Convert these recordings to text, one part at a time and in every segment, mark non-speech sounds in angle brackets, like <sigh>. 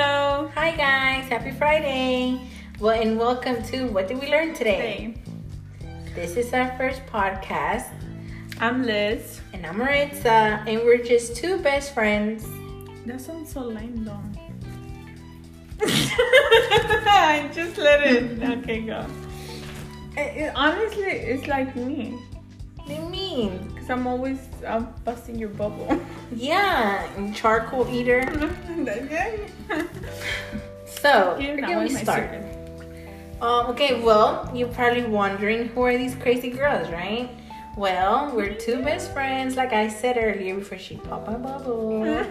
Hi guys, happy Friday. Well, and welcome to What Did We Learn Today? This is our first podcast, I'm Liz. and I'm Maritza, and we're just two best friends. That sounds so lame, though. <laughs> I just let it. Okay, go. It- it- Eh, honestly, it's like me. What do you mean? Because I'm always uh, busting your bubble. <laughs> Yeah, and charcoal eater. So, where that can we was my start? <laughs> secret. Um, okay, well, you're probably wondering who are these crazy girls, right? Well, we're two best friends, like I said earlier before she popped my <laughs> bubble.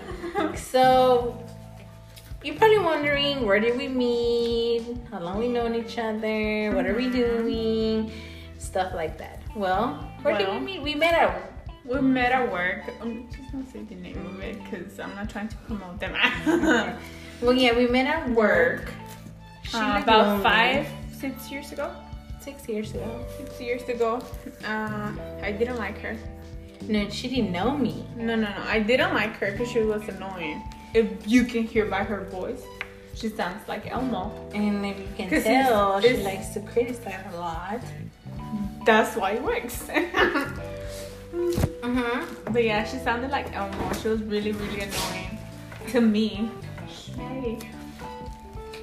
So, you're probably wondering where did we meet, how long we known each other, what are we Mm-hmm. doing, stuff like that. Well, where did we Well. meet? We met at we met at work. I'm just not saying the name of it because I'm not trying to promote them. <laughs> well, yeah, we met at work. She Uh, looked about lonely. five, six years ago. six years ago. Six years ago. Uh, I didn't like her. No, she didn't know me. No, no, no. I didn't like her because she was annoying. If you can hear by her voice, she sounds like Elmo. And if you can 'Cause it's- tell, she it's- likes to criticize a lot. That's why it works. <laughs> Mm-hmm. but yeah, she sounded like Elmo. She was really, really annoying to me. Hey.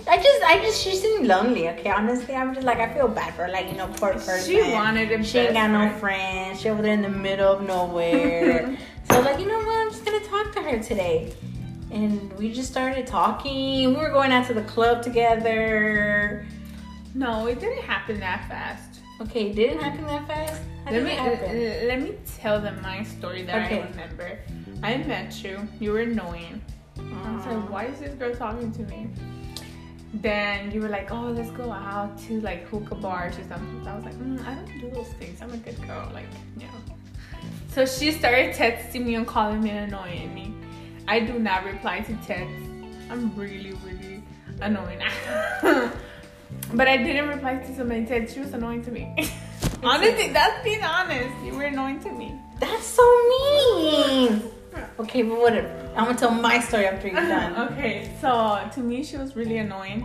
I just, I just, she seemed lonely. Okay, honestly, I'm just like, I feel bad for her, like you know, poor person. She wanted it. She ain't got no friends. She over there in the middle of <laughs> nowhere. so like, you know what? I'm just gonna talk to her today. And we just started talking. We were going out to the club together. No, it didn't happen that fast. Okay, it didn't happen that fast. How Let did me uh, it happen? l- let me tell them my story that Okay. I remember. I met you. You were annoying. I was like, Aw. uh, why is this girl talking to me? Then you were like, oh, let's go out to like hookah bars or something. So I was like, mm, I don't do those things. I'm a good girl. Like, you know. So she started texting me and calling me and annoying me. I do not reply to texts. I'm really, really annoying. <laughs> but I didn't reply to so many texts. She was annoying to me. <laughs> Honestly, that's being honest. You were annoying to me. That's so mean. Okay, but whatever. I'm gonna tell my story <laughs> after you're done. okay, so to me, she was really annoying.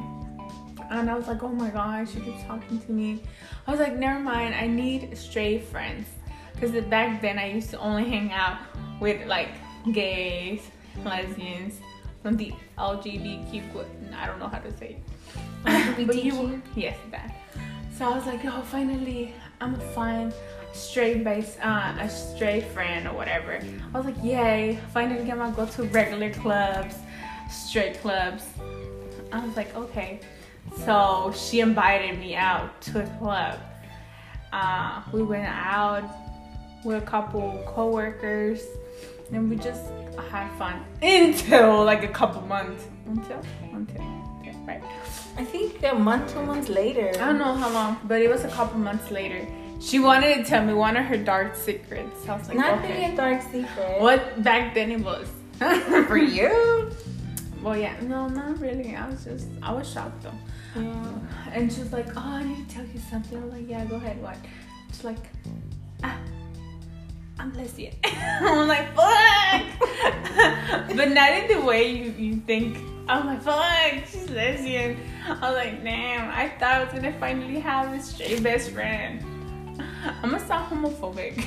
And I was like, oh my gosh, she keeps talking to me. I was like, never mind, I need stray friends. Because back then, I used to only hang out with like gays, lesbians, from the LGBTQ. qu- I don't know how to say it. But you- yes, that. So I was like, oh, finally, I'm gonna find straight base, uh, a straight friend or whatever. I was like, yay, finally I'm gonna go to regular clubs, straight clubs. I was like, okay. So she invited me out to a club. Uh, we went out with a couple coworkers and we just had fun <laughs> until like a couple months. Until? Until. Okay, right. I think a month, two months later. I don't know how long, but it was a couple months later. She wanted to tell me one of her dark secrets. I was like, Not okay. really a dark secret. What back then it was. <laughs> for you? Well, yeah, no, not really. I was just, I was shocked though. Yeah. And she was like, oh, I need to tell you something. I'm like, yeah, go ahead, what? She's like, ah, I'm lesbian. <laughs> I'm like, fuck! <laughs> but not in the way you, you think. I'm like, fuck, she's lesbian. I was like, damn, I thought I was gonna finally have a straight best friend. I'm gonna sound homophobic,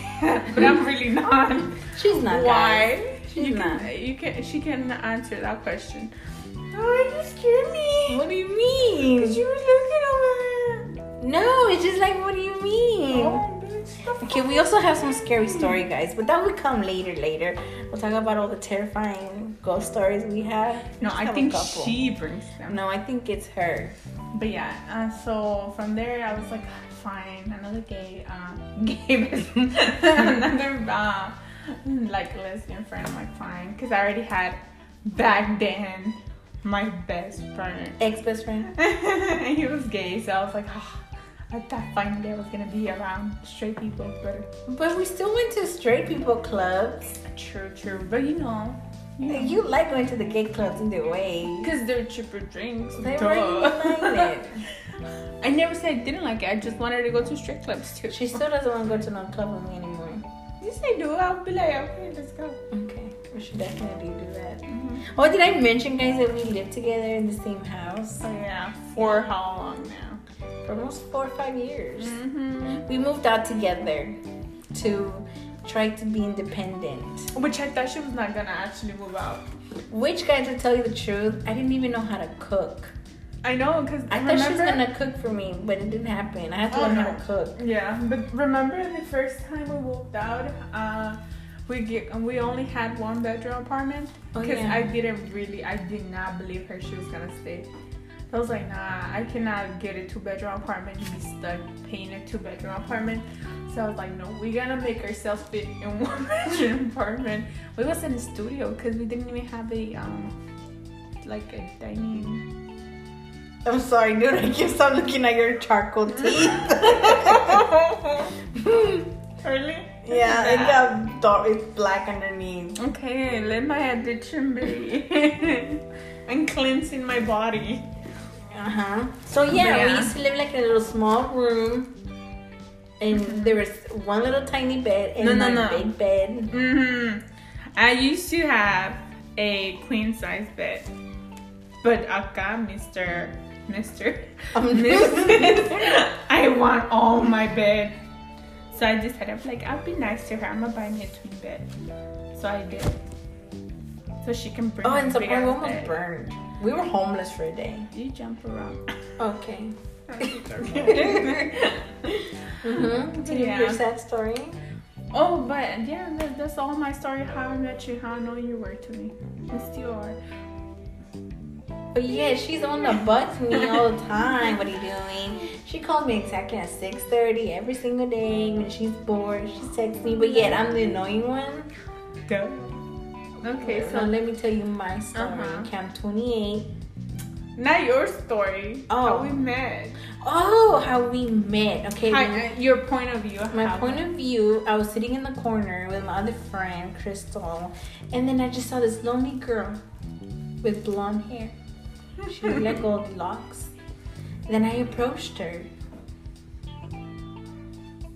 <laughs> but I'm really not. She's not. guys. Why? She's you not. Can, you can. She can answer that question. Oh, you scared me. What do you mean? Because you were looking over. No, it's just like, what do you mean? Oh, bitch, stop. Okay, we also have some scary story, guys, but that will come later. Later, we'll talk about all the terrifying ghost stories we have. We No, just I have a think couple. she brings them. No, I think it's her. But yeah, uh, so from there I was like, "Ah, fine, another gay, uh, <laughs> gay, best- <laughs> another uh, like lesbian friend. I'm like, fine, because I already had back then my best friend. <laughs> Ex best friend. and he was gay, so I was like, ah, I thought finally I was gonna be around straight people, but But we still went to straight people clubs. true, true. But you know, You like going to the gay clubs either way. because they're cheaper drinks. They duh. were <laughs> united. <laughs> I never said I didn't like it. I just wanted to go to strip clubs too. She still doesn't want to go to no club with me anymore. Yes, I do. I'll be like, okay, let's go. Okay. we should definitely do that. Mm-hmm. Oh, did I mention, guys, that we live together in the same house So Oh, yeah, for how long now? for almost four or five years? Mm-hmm. We moved out together to try to be independent. Which I thought she was not gonna actually move out. Which, guys, to tell you the truth, I didn't even know how to cook. I know, cause I thought she was gonna cook for me, but it didn't happen. I had to Oh, learn no. how to cook. Yeah, but remember the first time we walked out, uh, we get, we only had one bedroom apartment Oh, because yeah. I didn't really, I did not believe her she was gonna stay. I was like, nah, I cannot get a two bedroom apartment and be stuck paying a two bedroom apartment. So I was like, no, we're gonna make ourselves fit in <laughs> one bedroom apartment. We was in the studio because we didn't even have a um, like a <laughs> dining. <laughs> I'm sorry, dude. I keep <laughs> on looking at your charcoal <laughs> Really? yeah, it got dark. It's black underneath. Okay, let my addiction <laughs> be. I'm cleansing my body. Uh huh. So yeah, we Yeah. used to live like in a little small room, and there was one little tiny bed and No, no, my no. big bed. hmm I used to have a queen size bed, but acá, Mister, Mister, Um, Mrs. <laughs> I want all my bed. So I decided, like, I'll be nice to her. I'm gonna buy me a twin bed. So I did. So she can bring. Oh, and a so we big were ass almost bed. burned. We were homeless for a day. You jump <laughs> around. <laughs> Okay. Mhm. Mm-hmm. Did you hear Yeah. that story? Oh, but yeah, that, that's all my story. How I met you, how I know you were to me. You still are. But yeah, she's on the butt to me all the time. What are you doing? She calls me exactly at 6.30 every single day when she's bored. She texts me, but yet I'm the annoying one. Okay, Now so let me tell you my story. Uh-huh. Okay, I'm 28. not your story. Oh. how we met. Oh, how we met. Okay, then Hi, uh, your point of view. my how- point of view, I was sitting in the corner with my other friend, Crystal, and then I just saw this lonely girl with blonde hair. She had like Goldilocks. Then I approached her.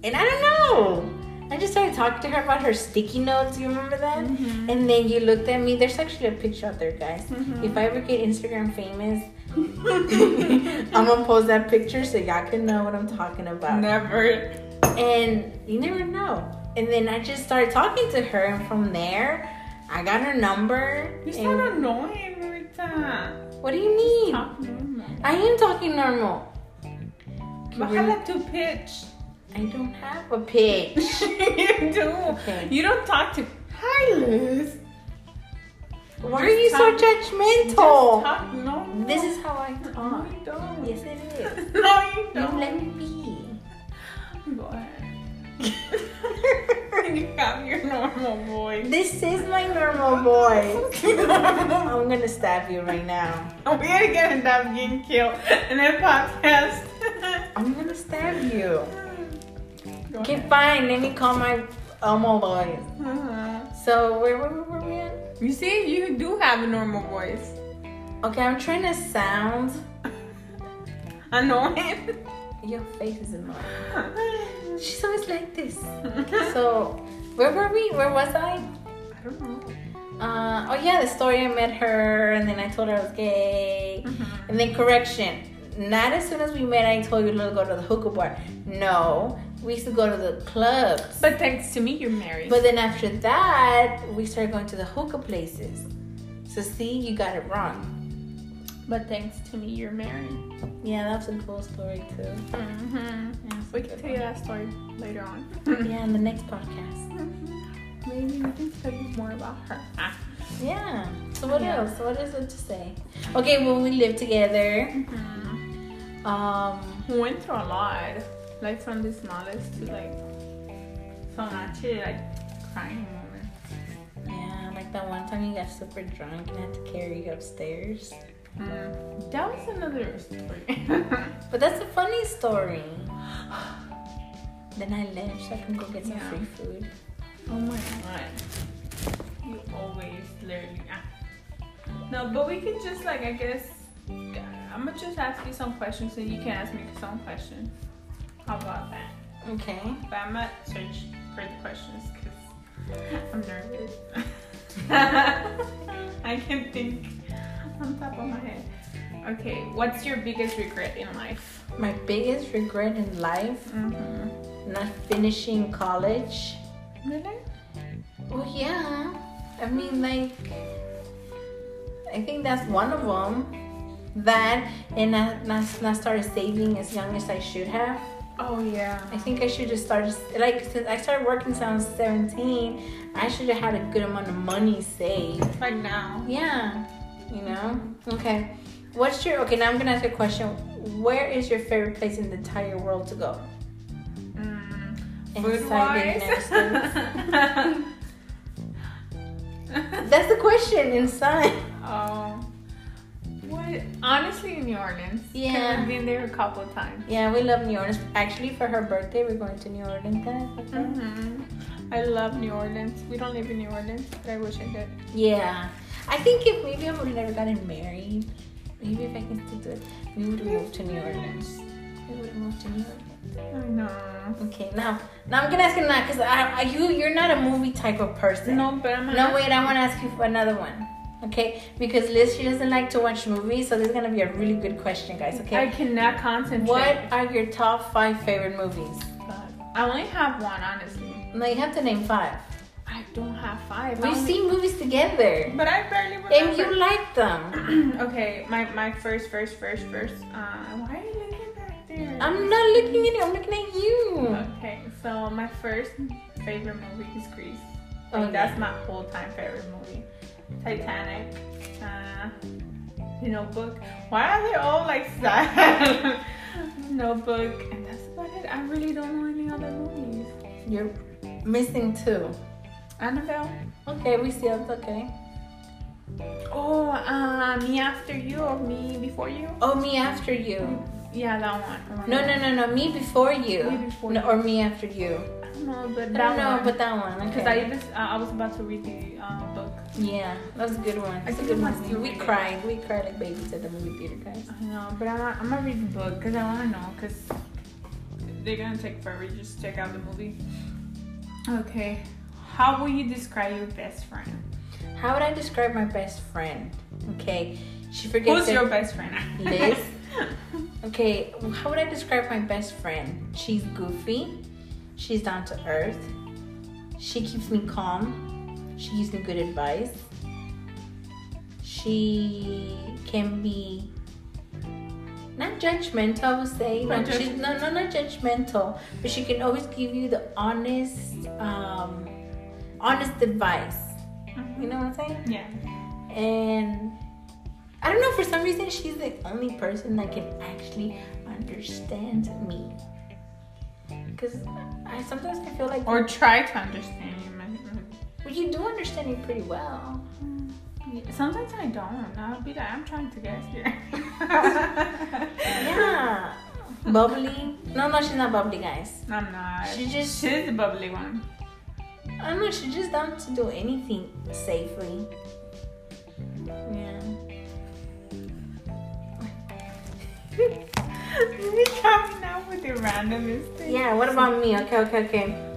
And I don't know. I just started talking to her about her sticky notes. You remember that? Mhm. And then you looked at me. There's actually a picture out there, guys. If I ever get Instagram famous, <laughs> I'm gonna post that picture so y'all can know what I'm talking about. Never. And you never know. And then I just started talking to her, and from there, I got her number. You and- sound annoying, Marita. what do you mean? Talk normal. I am talking normal. Bájala tu <laughs> pitch. <laughs> I don't have a pitch. you do. Okay. You don't talk to. Hi, Liz. Why Just are you so talk- Just judgmental? talk normal. This is how I No, talk. you don't. Yes, it <laughs> is. No, you Oh. You don't. let me <laughs> be. Go ahead. <laughs> you have your normal voice. This is my normal <laughs> voice. we are I'm gonna stab you right now. gonna end up getting killed in a podcast. <laughs> I'm gonna stab you. Go Okay, ahead. fine. Let me call my Elmo boys. Uh-huh. So where were where were we at? You see, you do have a normal voice. <laughs> Okay, I'm trying to sound. Annoying. <laughs> Your face is annoying. She's always like <laughs> this. So where were we? Where was I? I don't know. Uh, oh yeah, the story I met her, and then I told her I was gay, Mhm. and then correction. Not as soon as we met, I told you to go to the hookah bar. No, we used to go to the clubs. But thanks to me, you're married. But then after that, we started going to the hookah places. So see, you got it wrong. but thanks to me, you're married. Yeah, that's a cool story too. Mm-hmm. We can tell you that story later on. Yeah, in the next podcast. <laughs> Maybe we can tell you more about her. Yeah. So what Yeah. else? What is it to say? Okay, well we lived together. Mhm. Um, We went through a lot, like from the smallest to like some actually like crying moment. yeah, like that one time you got super drunk and I had to carry you upstairs. Mm. That was another story. <laughs> But that's a funny story. <sighs> Then I left so I can go get some Yeah. free food. oh my god, you always literally. ah. No, but we can just like I guess I'm gonna just ask you some questions and you can ask me some questions. How about that? Okay. But I'm gonna search for the questions because I'm nervous. <laughs> I can think on top of my head. Okay, what's your biggest regret in life? My biggest regret in life, Mm-hmm. not finishing college. Really? Well, yeah. I mean, like, I think that's one of them. That and I, not, not started saving as young as I should have. Oh yeah. I think I should have started, like, since I started working since I was 17, I should have had a good amount of money saved. Like now. Yeah, you know? Okay. What's your, okay, now I'm gonna ask you a question. Where is your favorite place in the entire world to go? Mm. Inside Food the United wise. States? That's the question, inside. <laughs> oh. What? Honestly, New Orleans. 'Cause Yeah. I've been there a couple of times. Yeah, we love New Orleans. Actually, for her birthday, we're going to New Orleans. guys. Mm-hmm. hmm I love New Orleans. We don't live in New Orleans, but I wish I did. Yeah. I think if maybe I would have never gotten married, maybe if I can still do it, we would have moved to New Orleans. We would have moved to New Orleans. I know. Okay, now, now I'm gonna ask you that because I, I, you, you're not a movie type of person. No, but I'm No, wait, I want to ask you for another one. Okay, because Liz, she doesn't like to watch movies, so this is gonna be a really good question, guys. I Okay. cannot concentrate. What are your top five favorite movies? I only have one, honestly. No, you have to name five. I don't have five. I We've only- seen movies together. But I barely remember. And you like them. <clears throat> okay, my my first, first, first, first. Uh, why are you looking back there? I'm not looking at you, I'm looking at you. Okay, so my first favorite movie is Grease. Oh, Like, yeah. that's my all-time favorite movie. Titanic. Uh, The Notebook. Why are they all like sad? <laughs> Notebook, and that's about it. I really don't know any other movies. You're missing two. Annabelle. Okay, we see it's okay. Oh, uh, Me After You or Me Before You? Oh, me after you. Yeah, that one. No, no, no, no, me before Me you. Before No, You. or me after you. I don't know, but I that don't know, one. but that one. because Okay. I just uh, I was about to read the uh, book. Yeah, that was a good one. That's a think good it must be one. We really cried. We cried like babies at the movie theater, guys. I know, but I'm not, I'm gonna read the book because I want to know because they're gonna take forever. Just check out the movie. Okay, how will you describe your best friend? How would I describe my best friend? Okay, she forgets. Who's ev- your best friend? Liz. Okay, how would I describe my best friend? She's goofy. She's down to earth. She keeps me calm. She gives me good advice. She can be not judgmental, I would say. Not No, she's, no, no, not judgmental. But she can always give you the honest, um, honest advice. You know what I'm saying? <laughs> yeah. and I don't know for some reason she's the only person that can actually understand me. Cause I sometimes I feel like Or try to understand you. my- well, you do understand me pretty well. Yeah, Sometimes I don't. I'll be like, I'm trying to guess <laughs> here. <laughs> Yeah, bubbly. No, no, she's not bubbly, guys. I'm not. She just She's the bubbly one. <laughs> I don't know. She's just down to do anything safely. Yeah. we coming out with the randomest thing. Yeah. What about me? Okay. Okay. Okay. Okay.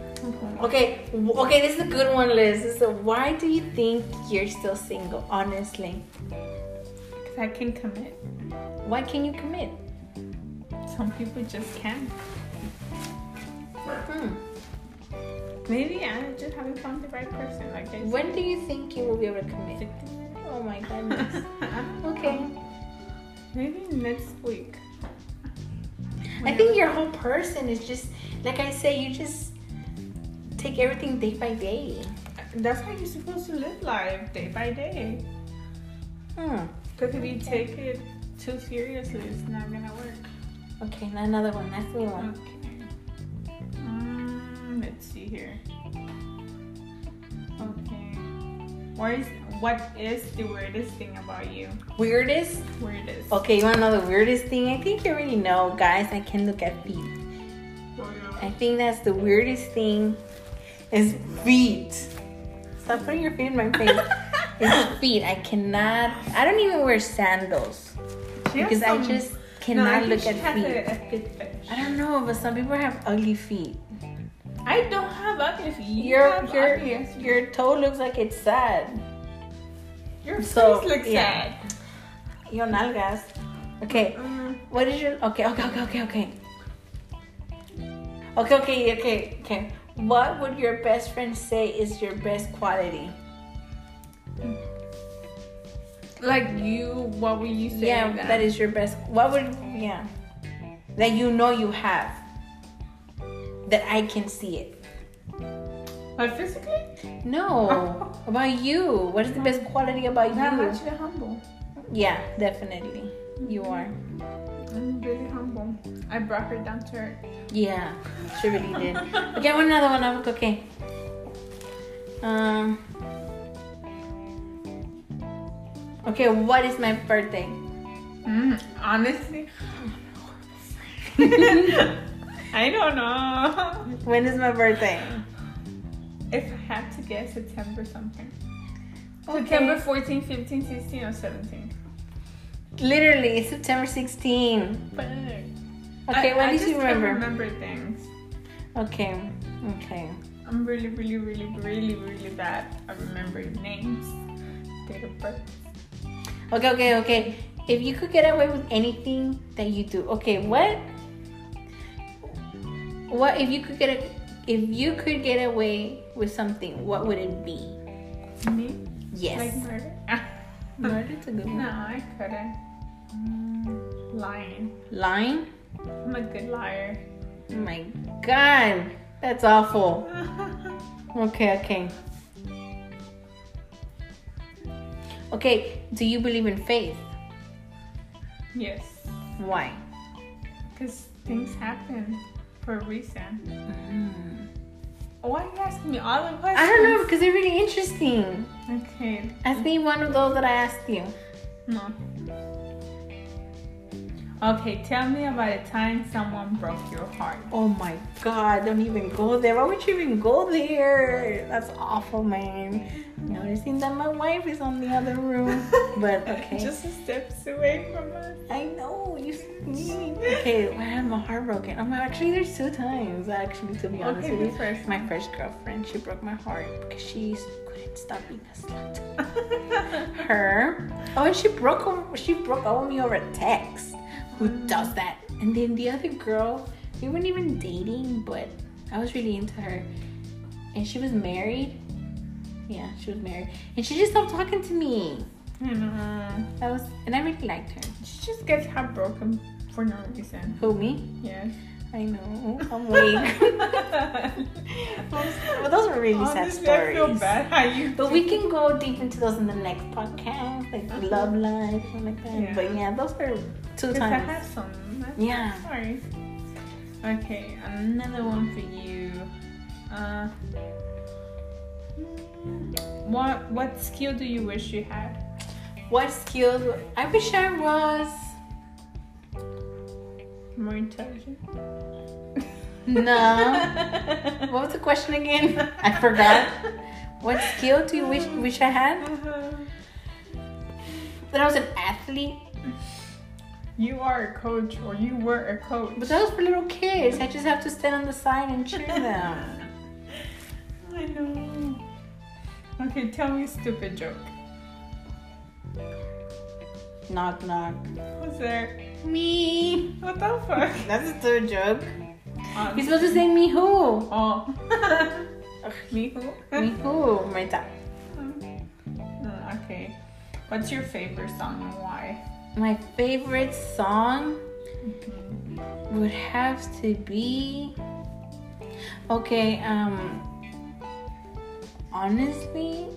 Okay, w- okay, this is a good one, Liz. This is a- why do you think you're still single? Honestly, 'Cause I can commit. why can you commit? Some people just can't. Hmm. Maybe I just haven't found the right person. Like I When do you think you will be able to commit? said. Oh my goodness. <laughs> Oh Okay. okay. Maybe next week. I think your whole person is just like I say. You just take everything day by day. that's how you're supposed to live life, day by day. Hmm. Because if you take it too seriously, it's not gonna work. Okay, now another one. That's the one. Okay. Mm, let's see here. Okay. What is what is the weirdest thing about you? Weirdest. Weirdest. Okay, you want to know the weirdest thing? I think you already know, guys. I can look at feet. I think that's the weirdest thing is feet. Stop putting your feet in my <laughs> face. it's feet. I cannot. I don't even wear sandals <laughs> She has because I some- just cannot think look she at has feet. a- a good fetish. I don't know, but some people have ugly feet. I don't have ugly feet. You Your have your ugly ass feet. your toe looks like it's sad. Your So, face looks yeah. Yo nalgas. Okay. sad. Mm. What is your okay? Okay, okay, okay, okay. Okay, okay, okay, okay. What would your best friend say is your best quality? Like you, what would you say? yeah, that is your best. What would yeah? That you know you have. That I can see it. But physically, No, <laughs> about you. What is the best quality about I'm you? actually humble. Yeah, definitely. You are. I'm really humble. I brought her down to earth. Yeah, she really did. Okay, I want another one. I'm- Okay. Um. Okay, what is my birthday? <laughs> Mm, honestly, <laughs> I don't know. When is my birthday? If I had to guess, September something. Okay. September 14, 15, 16, or 17. Literally, it's September 16. But Okay, I, what I did just you can't remember? remember things. Okay, okay. I'm really, really, really, really, really bad at remembering names, date of birth. Okay, okay, okay. If you could get away with anything that you do, okay, what? What if you could get a, if you could get away with something? What would it be? Me? Yes. Hmm. Like murder? <laughs> Murder's a good no, one. I couldn't. Mm, Lying. Lying? I'm a good liar. <laughs> Oh my god. That's awful. Okay, okay. Okay, do you believe in faith? yes, Why? because things happen for a reason. Mm. Why are you asking me all the questions? I don't know because they're really interesting. Okay, Ask me one of those that I asked you. no. Okay, tell me about a time someone broke your heart. Oh my god, don't even go there. Why would you even go there? That's awful, man. Noticing that my wife is on the other room. <laughs> <laughs> <laughs> But okay. Just a steps away from us. I know you sneak. Okay, when I had my heart broken. Um, actually, there's two times. Actually, to be honest Okay, with the you, first <laughs> my first girlfriend, she broke my heart because she s- couldn't stop being a slut. Her. Oh, and she broke over, she broke over me over a text. Who does that? And then the other girl, we weren't even dating, but I was really into her, and she was married. Yeah, she was married, and she just stopped talking to me. I know. That was, and I really liked her. Hmm, uh, She just gets heartbroken for no reason. Who me? <laughs> Oh, Yes. I know. I'm <laughs> weak. but those were really sad Honestly, I stories. feel bad how you. But we can go deep into those in the next podcast, like love life, something like that. Uh-huh. Yeah. But yeah, those were two Because I times. have some. I'm Yeah. Sorry. Okay, another one for you. Uh, hmm, what what skill do you wish you had? What skill? do- I wish I was. More intelligent. Um, <laughs> No. what was the question again? I forgot. What skill do you wish wish I had? Uh-huh. That I was an athlete, you are a coach, or you were a coach. but that was for little kids. I just have to stand on the side and cheer them. <laughs> I know. Okay, tell me a stupid joke. knock knock. What's there? Me. What the fuck? <laughs> That's a third joke. Um, You're supposed to say me who. <laughs> oh. <laughs> me who? Me too, my dad. Mm, okay. What's your favorite song and why? My favorite song would have to be okay. Um, honestly,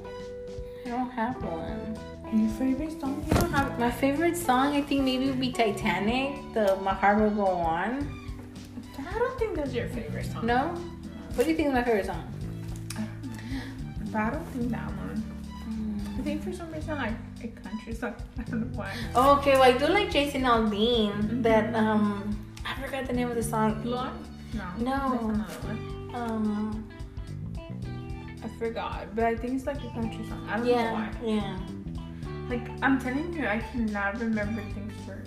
I don't have one. Your favorite song? You don't have. My favorite song, I think, maybe would be Titanic. The My Heart Will Go On. I don't think that's your favorite song. No, what do you think is my favorite song? But I don't think that one. I think for some reason like a country song. <laughs> I don't know why. Oh, okay, well, I do like Jason Mm-hmm. Aldean. That um, I forgot the name of the song. Blonde? No. No. That's another one. Um, I forgot, but I think it's like a country song. I don't know yeah, why. yeah. Like I'm telling you, I cannot remember things for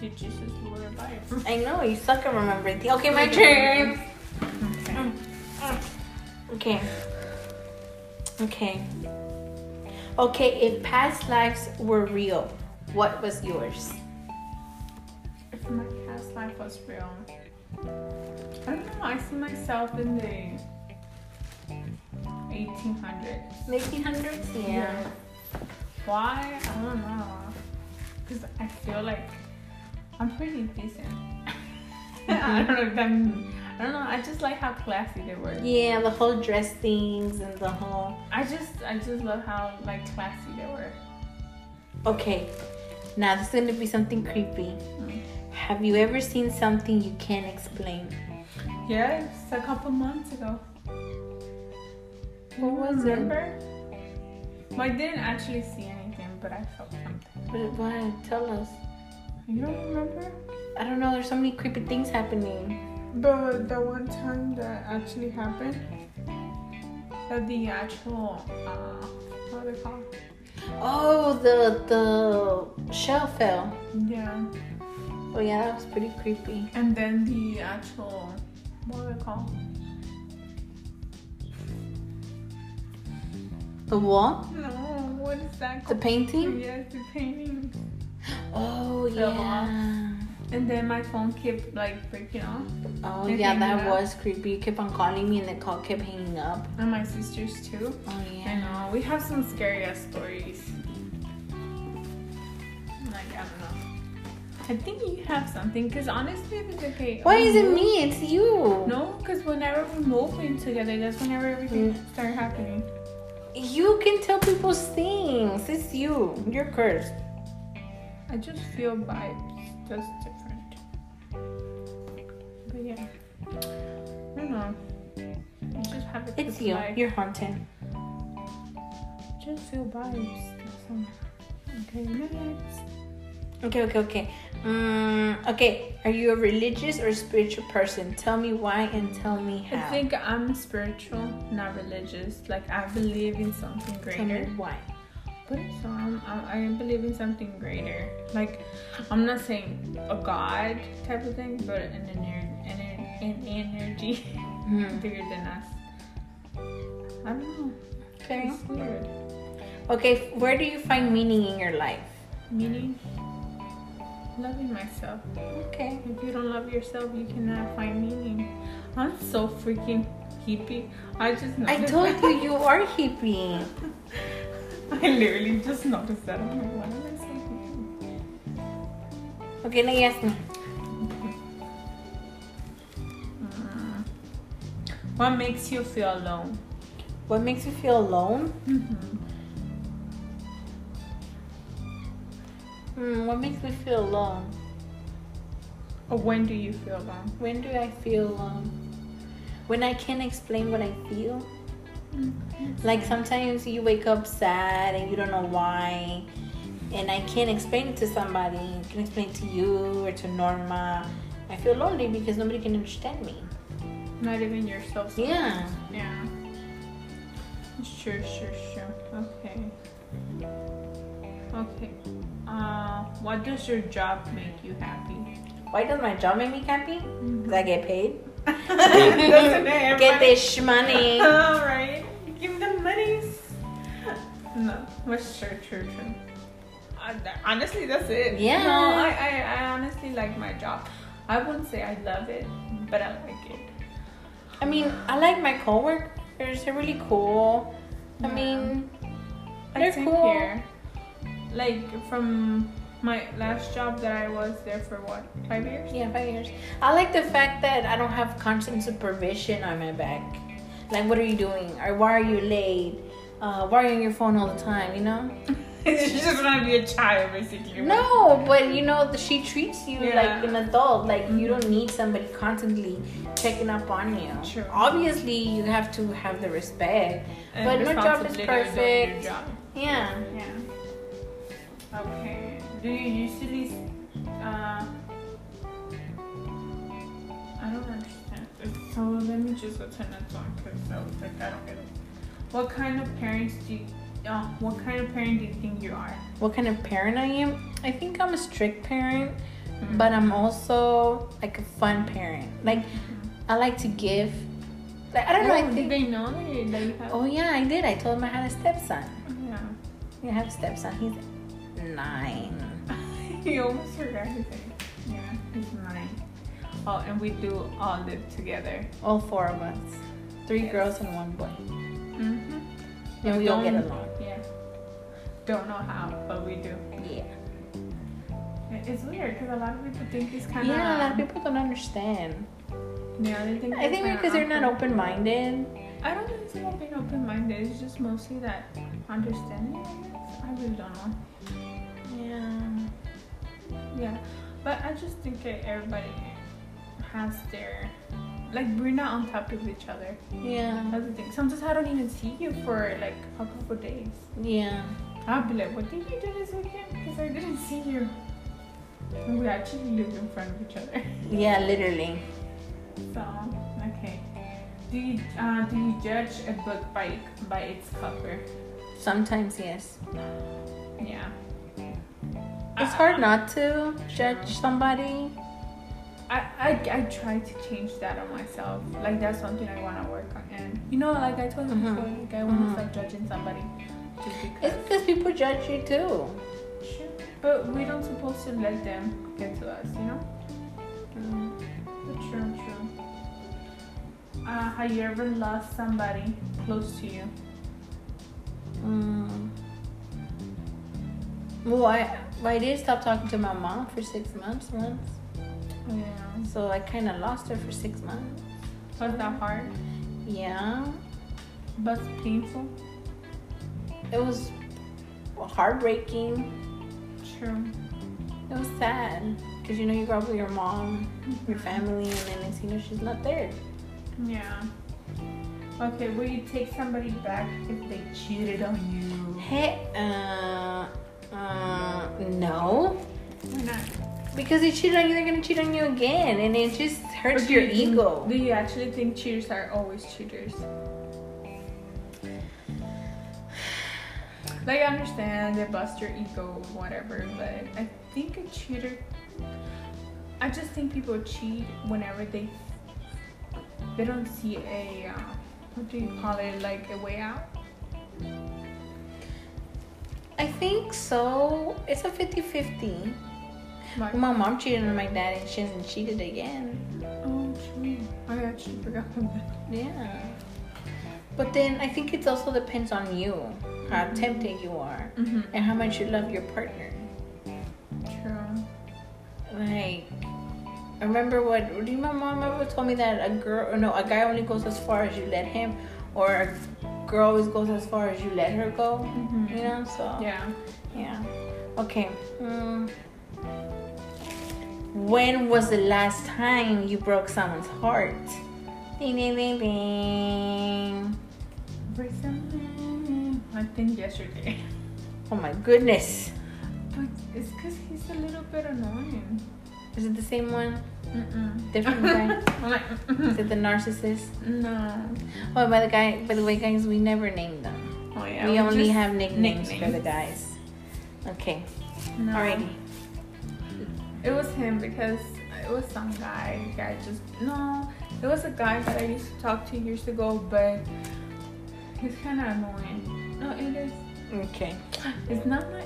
the Jesus Lord of Life. <laughs> I know you suck at remembering things. Okay, my turn. Okay. Okay. Okay. Okay, if past lives were real, what was yours? If my past life was real, I don't know. I see myself in the 1800s. 1900s? Why? I don't know. Because I feel like I'm pretty decent. <laughs> I don't know if I'm. I don't know. I just like how classy they were. Yeah, the whole dress things and the whole. I just, I just love how like classy they were. Okay, now this is gonna be something creepy. Mm. Have you ever seen something you can't explain? Yeah, just a couple months ago. What was it? Remember? Well, I didn't actually see anything, but I felt something. What it was? Tell us. You don't remember? I don't know. There's so many creepy things happening. The the one time that actually happened, that the actual uh, what are they called? Oh, the the shell fell. Yeah, Oh yeah, that was pretty creepy. and then the actual what are they called? The wall, No, what is that the called? painting. Yes, the painting. Oh The yeah. And then my phone kept like breaking off, Oh Did yeah, they that hang up? was creepy. You kept on calling me, and the call kept hanging up. and my sisters too. Oh I yeah. know we have some scary ass stories. Like I don't know. I think you have something, cause honestly, if it's okay. Why um, is it me? It's you. No, because whenever we move in together, that's whenever everything Mm. started happening. You can tell people things. It's you. You're cursed. I just feel vibes. That's different. But yeah. I don't know. I just have a It's good you. Vibe. You're haunted. I just feel vibes. That's all. Okay, next. Okay, okay, okay. Mm, okay, are you a religious or spiritual person? Tell me why and tell me I how. think I'm spiritual, not religious. Like I believe in something tell me greater. why. But so I'm, I, I believe in something greater. Like I'm not saying a god type of thing, but an ener- ener- an energy. <laughs> Mm. bigger than us. I don't know. Okay. It's weird. Okay, where do you find meaning in your life? Meaning, loving myself. Okay. If you don't love yourself, you cannot find meaning. I'm so freaking hippie. I just I noticed. told you you are hippie. <laughs> I literally just noticed that. I'm like, why am I so hippie? Okay, now you ask me. Mm. What makes you feel alone? What makes you feel alone? Mm-hmm. Mm, what makes me feel alone? Or when do you feel alone? When do I feel alone? When I can't explain what I feel. Like sometimes you wake up sad and you don't know why. And I can't explain it to somebody. I can explain it to you or to Norma. I feel lonely because nobody can understand me. Not even yourself. Yeah. Yeah. Sure, sure, sure. Okay. Okay. Uh, what does your job make you happy? Why does my job make me happy? Because I get <laughs> paid. Doesn't it? <laughs> Get this money. All right. Give them monies. No, that's true, true, true. Uh, that- honestly, that's it. Yeah. No, I, I, I honestly like my job. I wouldn't say I love it, but I like it. I mean, I like my coworkers. They're really cool. I Yeah. mean, I They're think cool. here. Like from my last job that I was there for what five years? Yeah, five years. I like the fact that I don't have constant supervision on my back. Like, what are you doing? Or why are you late? Uh, why are you on your phone all the time? You know? <laughs> you just want to be a child, basically. No, but you know, the, she treats you Yeah. like an adult. Like, you Mhm. don't need somebody constantly checking up on you. Sure. Obviously, you have to have the respect. And but no job is responsibility of doing your perfect. job. Yeah. Yeah. Okay. Do you usually? Uh, I don't understand. So let me just go to another one because I was like, I don't get it. What kind of parents do? You, uh, what kind of parent do you think you are? What kind of parent I am? I think I'm a strict parent, Hmm. but I'm also like a fun parent. Like, I like to give. Like, I don't know. Oh, I think did they know that you, that you have? Oh yeah, I did. I told him I had a stepson. Yeah. <laughs> You have stepson. He's nine. you almost forgot his name. Yeah, he's mine. Oh, and we do all live together. All four of us. Three Yes. girls and one boy. Mm-hmm. And we all get Don't- along. Yeah. Don't know how, but we do. Yeah. It's weird because a lot of people think it's kind of. Yeah, a lot of people don't understand. Yeah, they think. I it's think kinda because they're not awkward. open minded. I don't think it's about being open minded. It's just mostly that understanding. I guess. I really don't know. Yeah. Yeah, but I just think that everybody has their like we're not on top of each other. Yeah. That's the thing. Sometimes I don't even see you for like a couple of days. Yeah. I'll be like, what did you do this weekend? Because I didn't see you. And we actually lived in front of each other. Yeah, literally. So okay. Do you uh, do you judge a book by by its cover? Sometimes, yes. Yeah. Uh, It's I- hard not to judge somebody. I, I, I try to change that on myself. Like that's something I want to work on. And you know, like I told you Mhm. before, like I want to Mhm. stop judging somebody just because. It's because people judge you too. Sure. But we don't supposed to let them get to us, you know. Mm, But true, true. Uh, have you ever lost somebody close to you? Mm. Well, I, well, I did stop talking to my mom for six months once. Yeah. So I kind of lost her for six months. Was that hard? Yeah. Was it painful? It was heartbreaking. True. It was sad. Because you know, you grow up with your mom, your family, and then next thing you know, she's not there. Yeah. Okay, will you take somebody back if they cheated on you? Hey, uh, uh, no. Why not? Because they cheated on you, they're gonna cheat on you again, and it just hurts your ego. Do you actually think cheaters are always cheaters? Like I understand they bust your ego, whatever, but I think a cheater. I just think people cheat whenever they they don't see a uh, what do you call it like a way out. I think so. It's a 50 50. Like, My mom cheated on my dad, and she hasn't cheated again. oh, true. I actually forgot about that. Yeah. But then I think it also depends on you, how tempted you are, Mm-hmm. and how much you love your partner. True. Like, I remember what, do you my mom ever told me that a girl, or no, a guy only goes as far as you let him, or a girl always goes as far as you let her go? Mhm. You know, so. Yeah. Mm-hmm. Yeah. Okay. Mm. When was the last time you broke someone's heart? Ding ding ding ding. Recently, I think yesterday. Oh my goodness. But it's because he's a little bit annoying. Is it the same one? <laughs> Mm-mm. Different guy? I'm like, Is it the narcissist? no. Oh, by the guy. By the way, guys, we never name them. Oh yeah. we, only just- have nicknames, for the nicknames. guys. Okay. No. Alrighty. It was him because it was some guy. Guy just no. It was a guy that I used to talk to years ago, but he's kind of annoying. No, it is. Okay. It's not <laughs> my.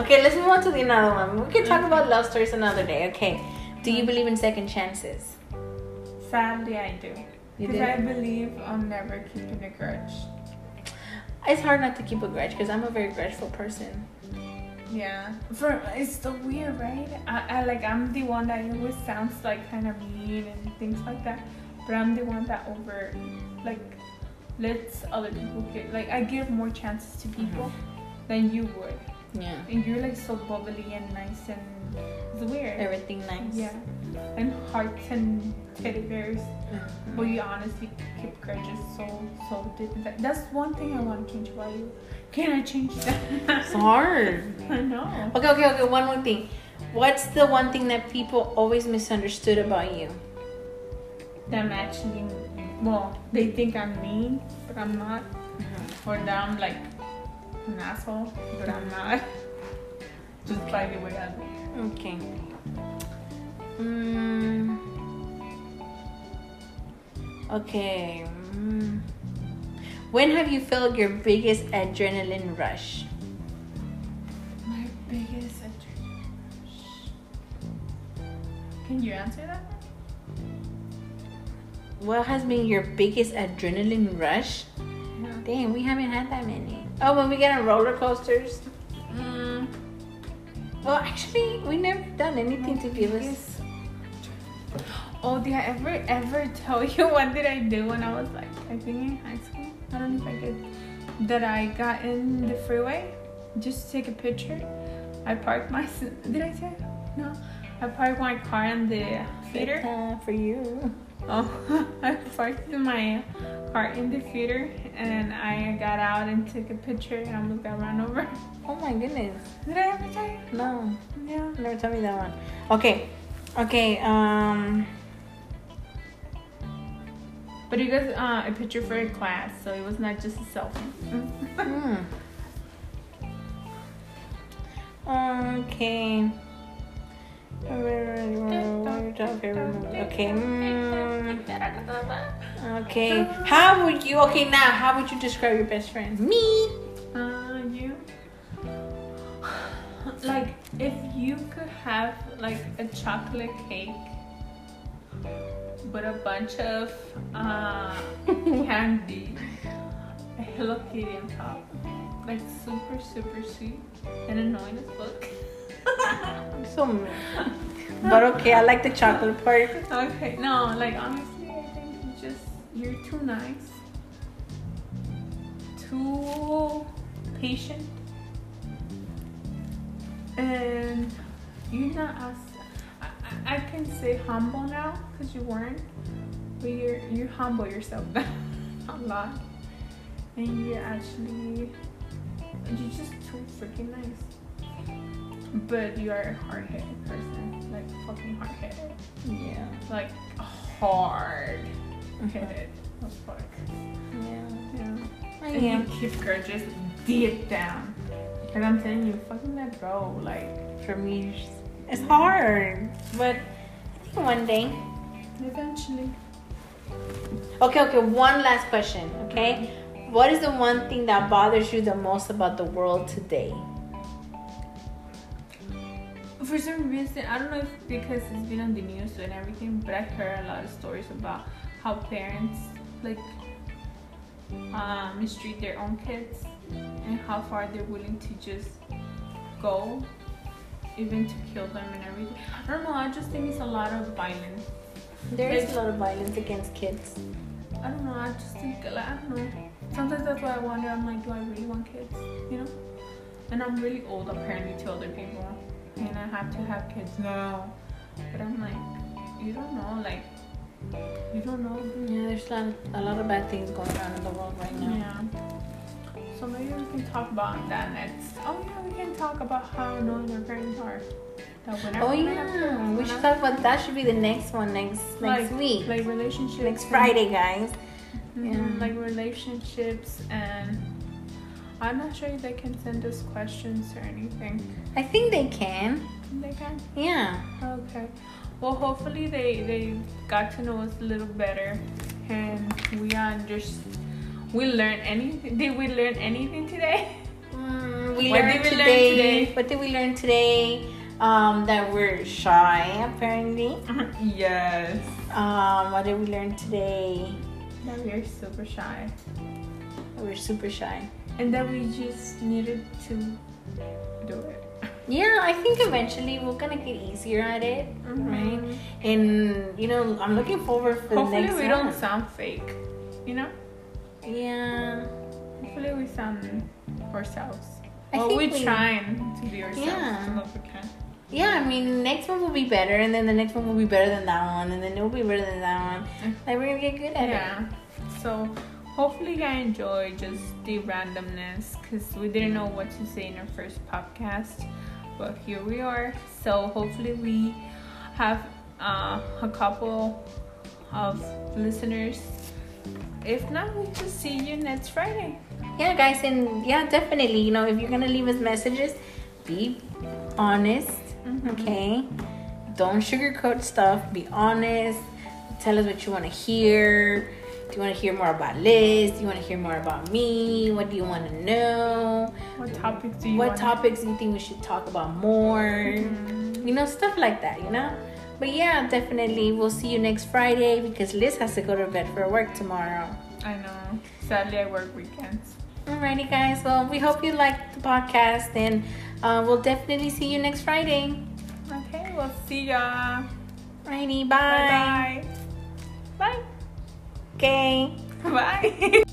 Okay. Let's move on to the another one. We can Mm. talk about love stories another day. Okay. Do you believe in second chances? Sadly, I do. You Because I believe on never keeping a grudge. It's hard not to keep a grudge because I'm a very grudgeful person. Yeah, for it's so weird, right? I, I like I'm the one that always sounds like kind of mean and things like that, but I'm the one that over like lets other people get like I give more chances to people than you would, Yeah. and you're like so bubbly and nice and it's weird. Everything nice. Yeah, and hearts and teddy bears, Mm-hmm. but you honestly keep grudges so so deep. inside. That's one thing I want to change about you. Can I change <laughs> that? It's hard. I know. Okay, okay, okay. One more thing. What's the one thing that people always misunderstood about you? them actually well they think i'm mean but i'm not Mm-hmm. or that i'm like an asshole but i'm not <laughs> just by the way i look Okay. Mm. Okay. Mm. When have you felt your biggest adrenaline rush? My biggest adrenaline rush. Can you answer that? What has been your biggest adrenaline rush? one? Damn, we haven't had that many. Oh, when we get on roller coasters. Mm, Well, actually, we never done anything to give us. biggest- Oh, did I ever ever <laughs> tell you what did I do when I was like I think in high school? I don't know if I did. That I got in the freeway just to take a picture. I parked my did I say no? I parked my car in the theater. Uh, for you. Oh, <laughs> I parked my car in the theater and I got out and took a picture and almost got run over. <laughs> Oh my goodness. Did I ever tell you? No, Yeah. never tell me that one. Okay, okay. Um, But it was uh, a picture for a class, so it was not just a selfie. hmm. Okay. Okay. mm, Okay. How would you? Okay, now how would you describe your best friend? Me. Uh, you. Like, if you could have like a chocolate cake with a bunch of uh, candy, a Hello Kitty on top, like super super sweet and annoying as fuck. I'm so mean. But okay, I like the chocolate part. Okay, no, like honestly, I think you just you're too nice, too patient, and you're not as I, I- I can say humble now because you weren't, but you're you humble yourself <laughs> a lot, and you're actually you're just too freaking nice. But you are a hard-headed person, like fucking hard-headed Yeah. like hard headed. That's fuck. Yeah. Yeah. I And am. you keep gorgeous deep down. And I'm telling you, fucking let go. Like, For me, it's hard, but I think one day. eventually. Okay, okay, one last question, okay? What is the one thing that bothers you the most about the world today? For some reason, I don't know if because it's been on the news and everything, but I heard a lot of stories about how parents, like, uh, mistreat their own kids and how far they're willing to just go, even to kill them and everything. I don't know, I just think it's a lot of violence. There is a lot of violence against kids. I don't know. I just think like I don't know. Sometimes that's why I wonder. I'm like, do I really want kids? You know? And I'm really old apparently to other people, and I have to have kids now. But I'm like, you don't know. Like, you don't know. Yeah, there's a lot, a lot of bad things going on in the world right now. Yeah. So maybe we can talk about that next. Oh yeah, we can talk about how annoying our parents are. That whenever Oh we have yeah, kids, we when should I- talk about that. Should be the next one next next Like- week, like relationships. next and- Friday, guys. Mhm, Yeah. like relationships and i'm not sure if they can send us questions or anything I think they can. they can Yeah. okay well hopefully they they got to know us a little better and we understand we learn anything did we learn anything <laughs> today Mm, we What learned did we learn today, today? What did we learn today? Um, that we're shy, apparently. yes Um, what did we learn today? that we are super shy We're super shy. and that we just needed to do it Yeah, I think eventually we're gonna get easier at it, right? Mhm. And you know, I'm looking forward for Mm-hmm. the hopefully next we one. don't sound fake you know Yeah, Hopefully we sound ourselves. I well, think we're we- trying to be ourselves Yeah. as much as we can. yeah. I mean, next one will be better, and then the next one will be better than that one, and then it will be better than that one. Like we're gonna get good at Mm. it. Yeah. So hopefully you guys enjoy just the randomness because we didn't know what to say in our first podcast, but here we are. So hopefully we have uh, a couple of listeners. If not, we just see you next Friday. Yeah, guys, and yeah, definitely. You know, if you're gonna leave us messages, be honest, Mm-hmm. okay? Don't sugarcoat stuff. Be honest. Tell us what you want to hear. Do you want to hear more about Liz? Do you want to hear more about me? What do you want to know? What topics do you what want? topics do you think we should talk about more? Mm-hmm. You know, stuff like that, you know? But yeah, definitely. We'll see you next Friday because Liz has to go to bed for work tomorrow. I know. Sadly, I work weekends. Alrighty, guys. Well, we hope you liked the podcast and uh, we'll definitely see you next Friday. Okay, well, see ya. Alrighty, Bye-bye. Bye. Okay. Bye. <laughs>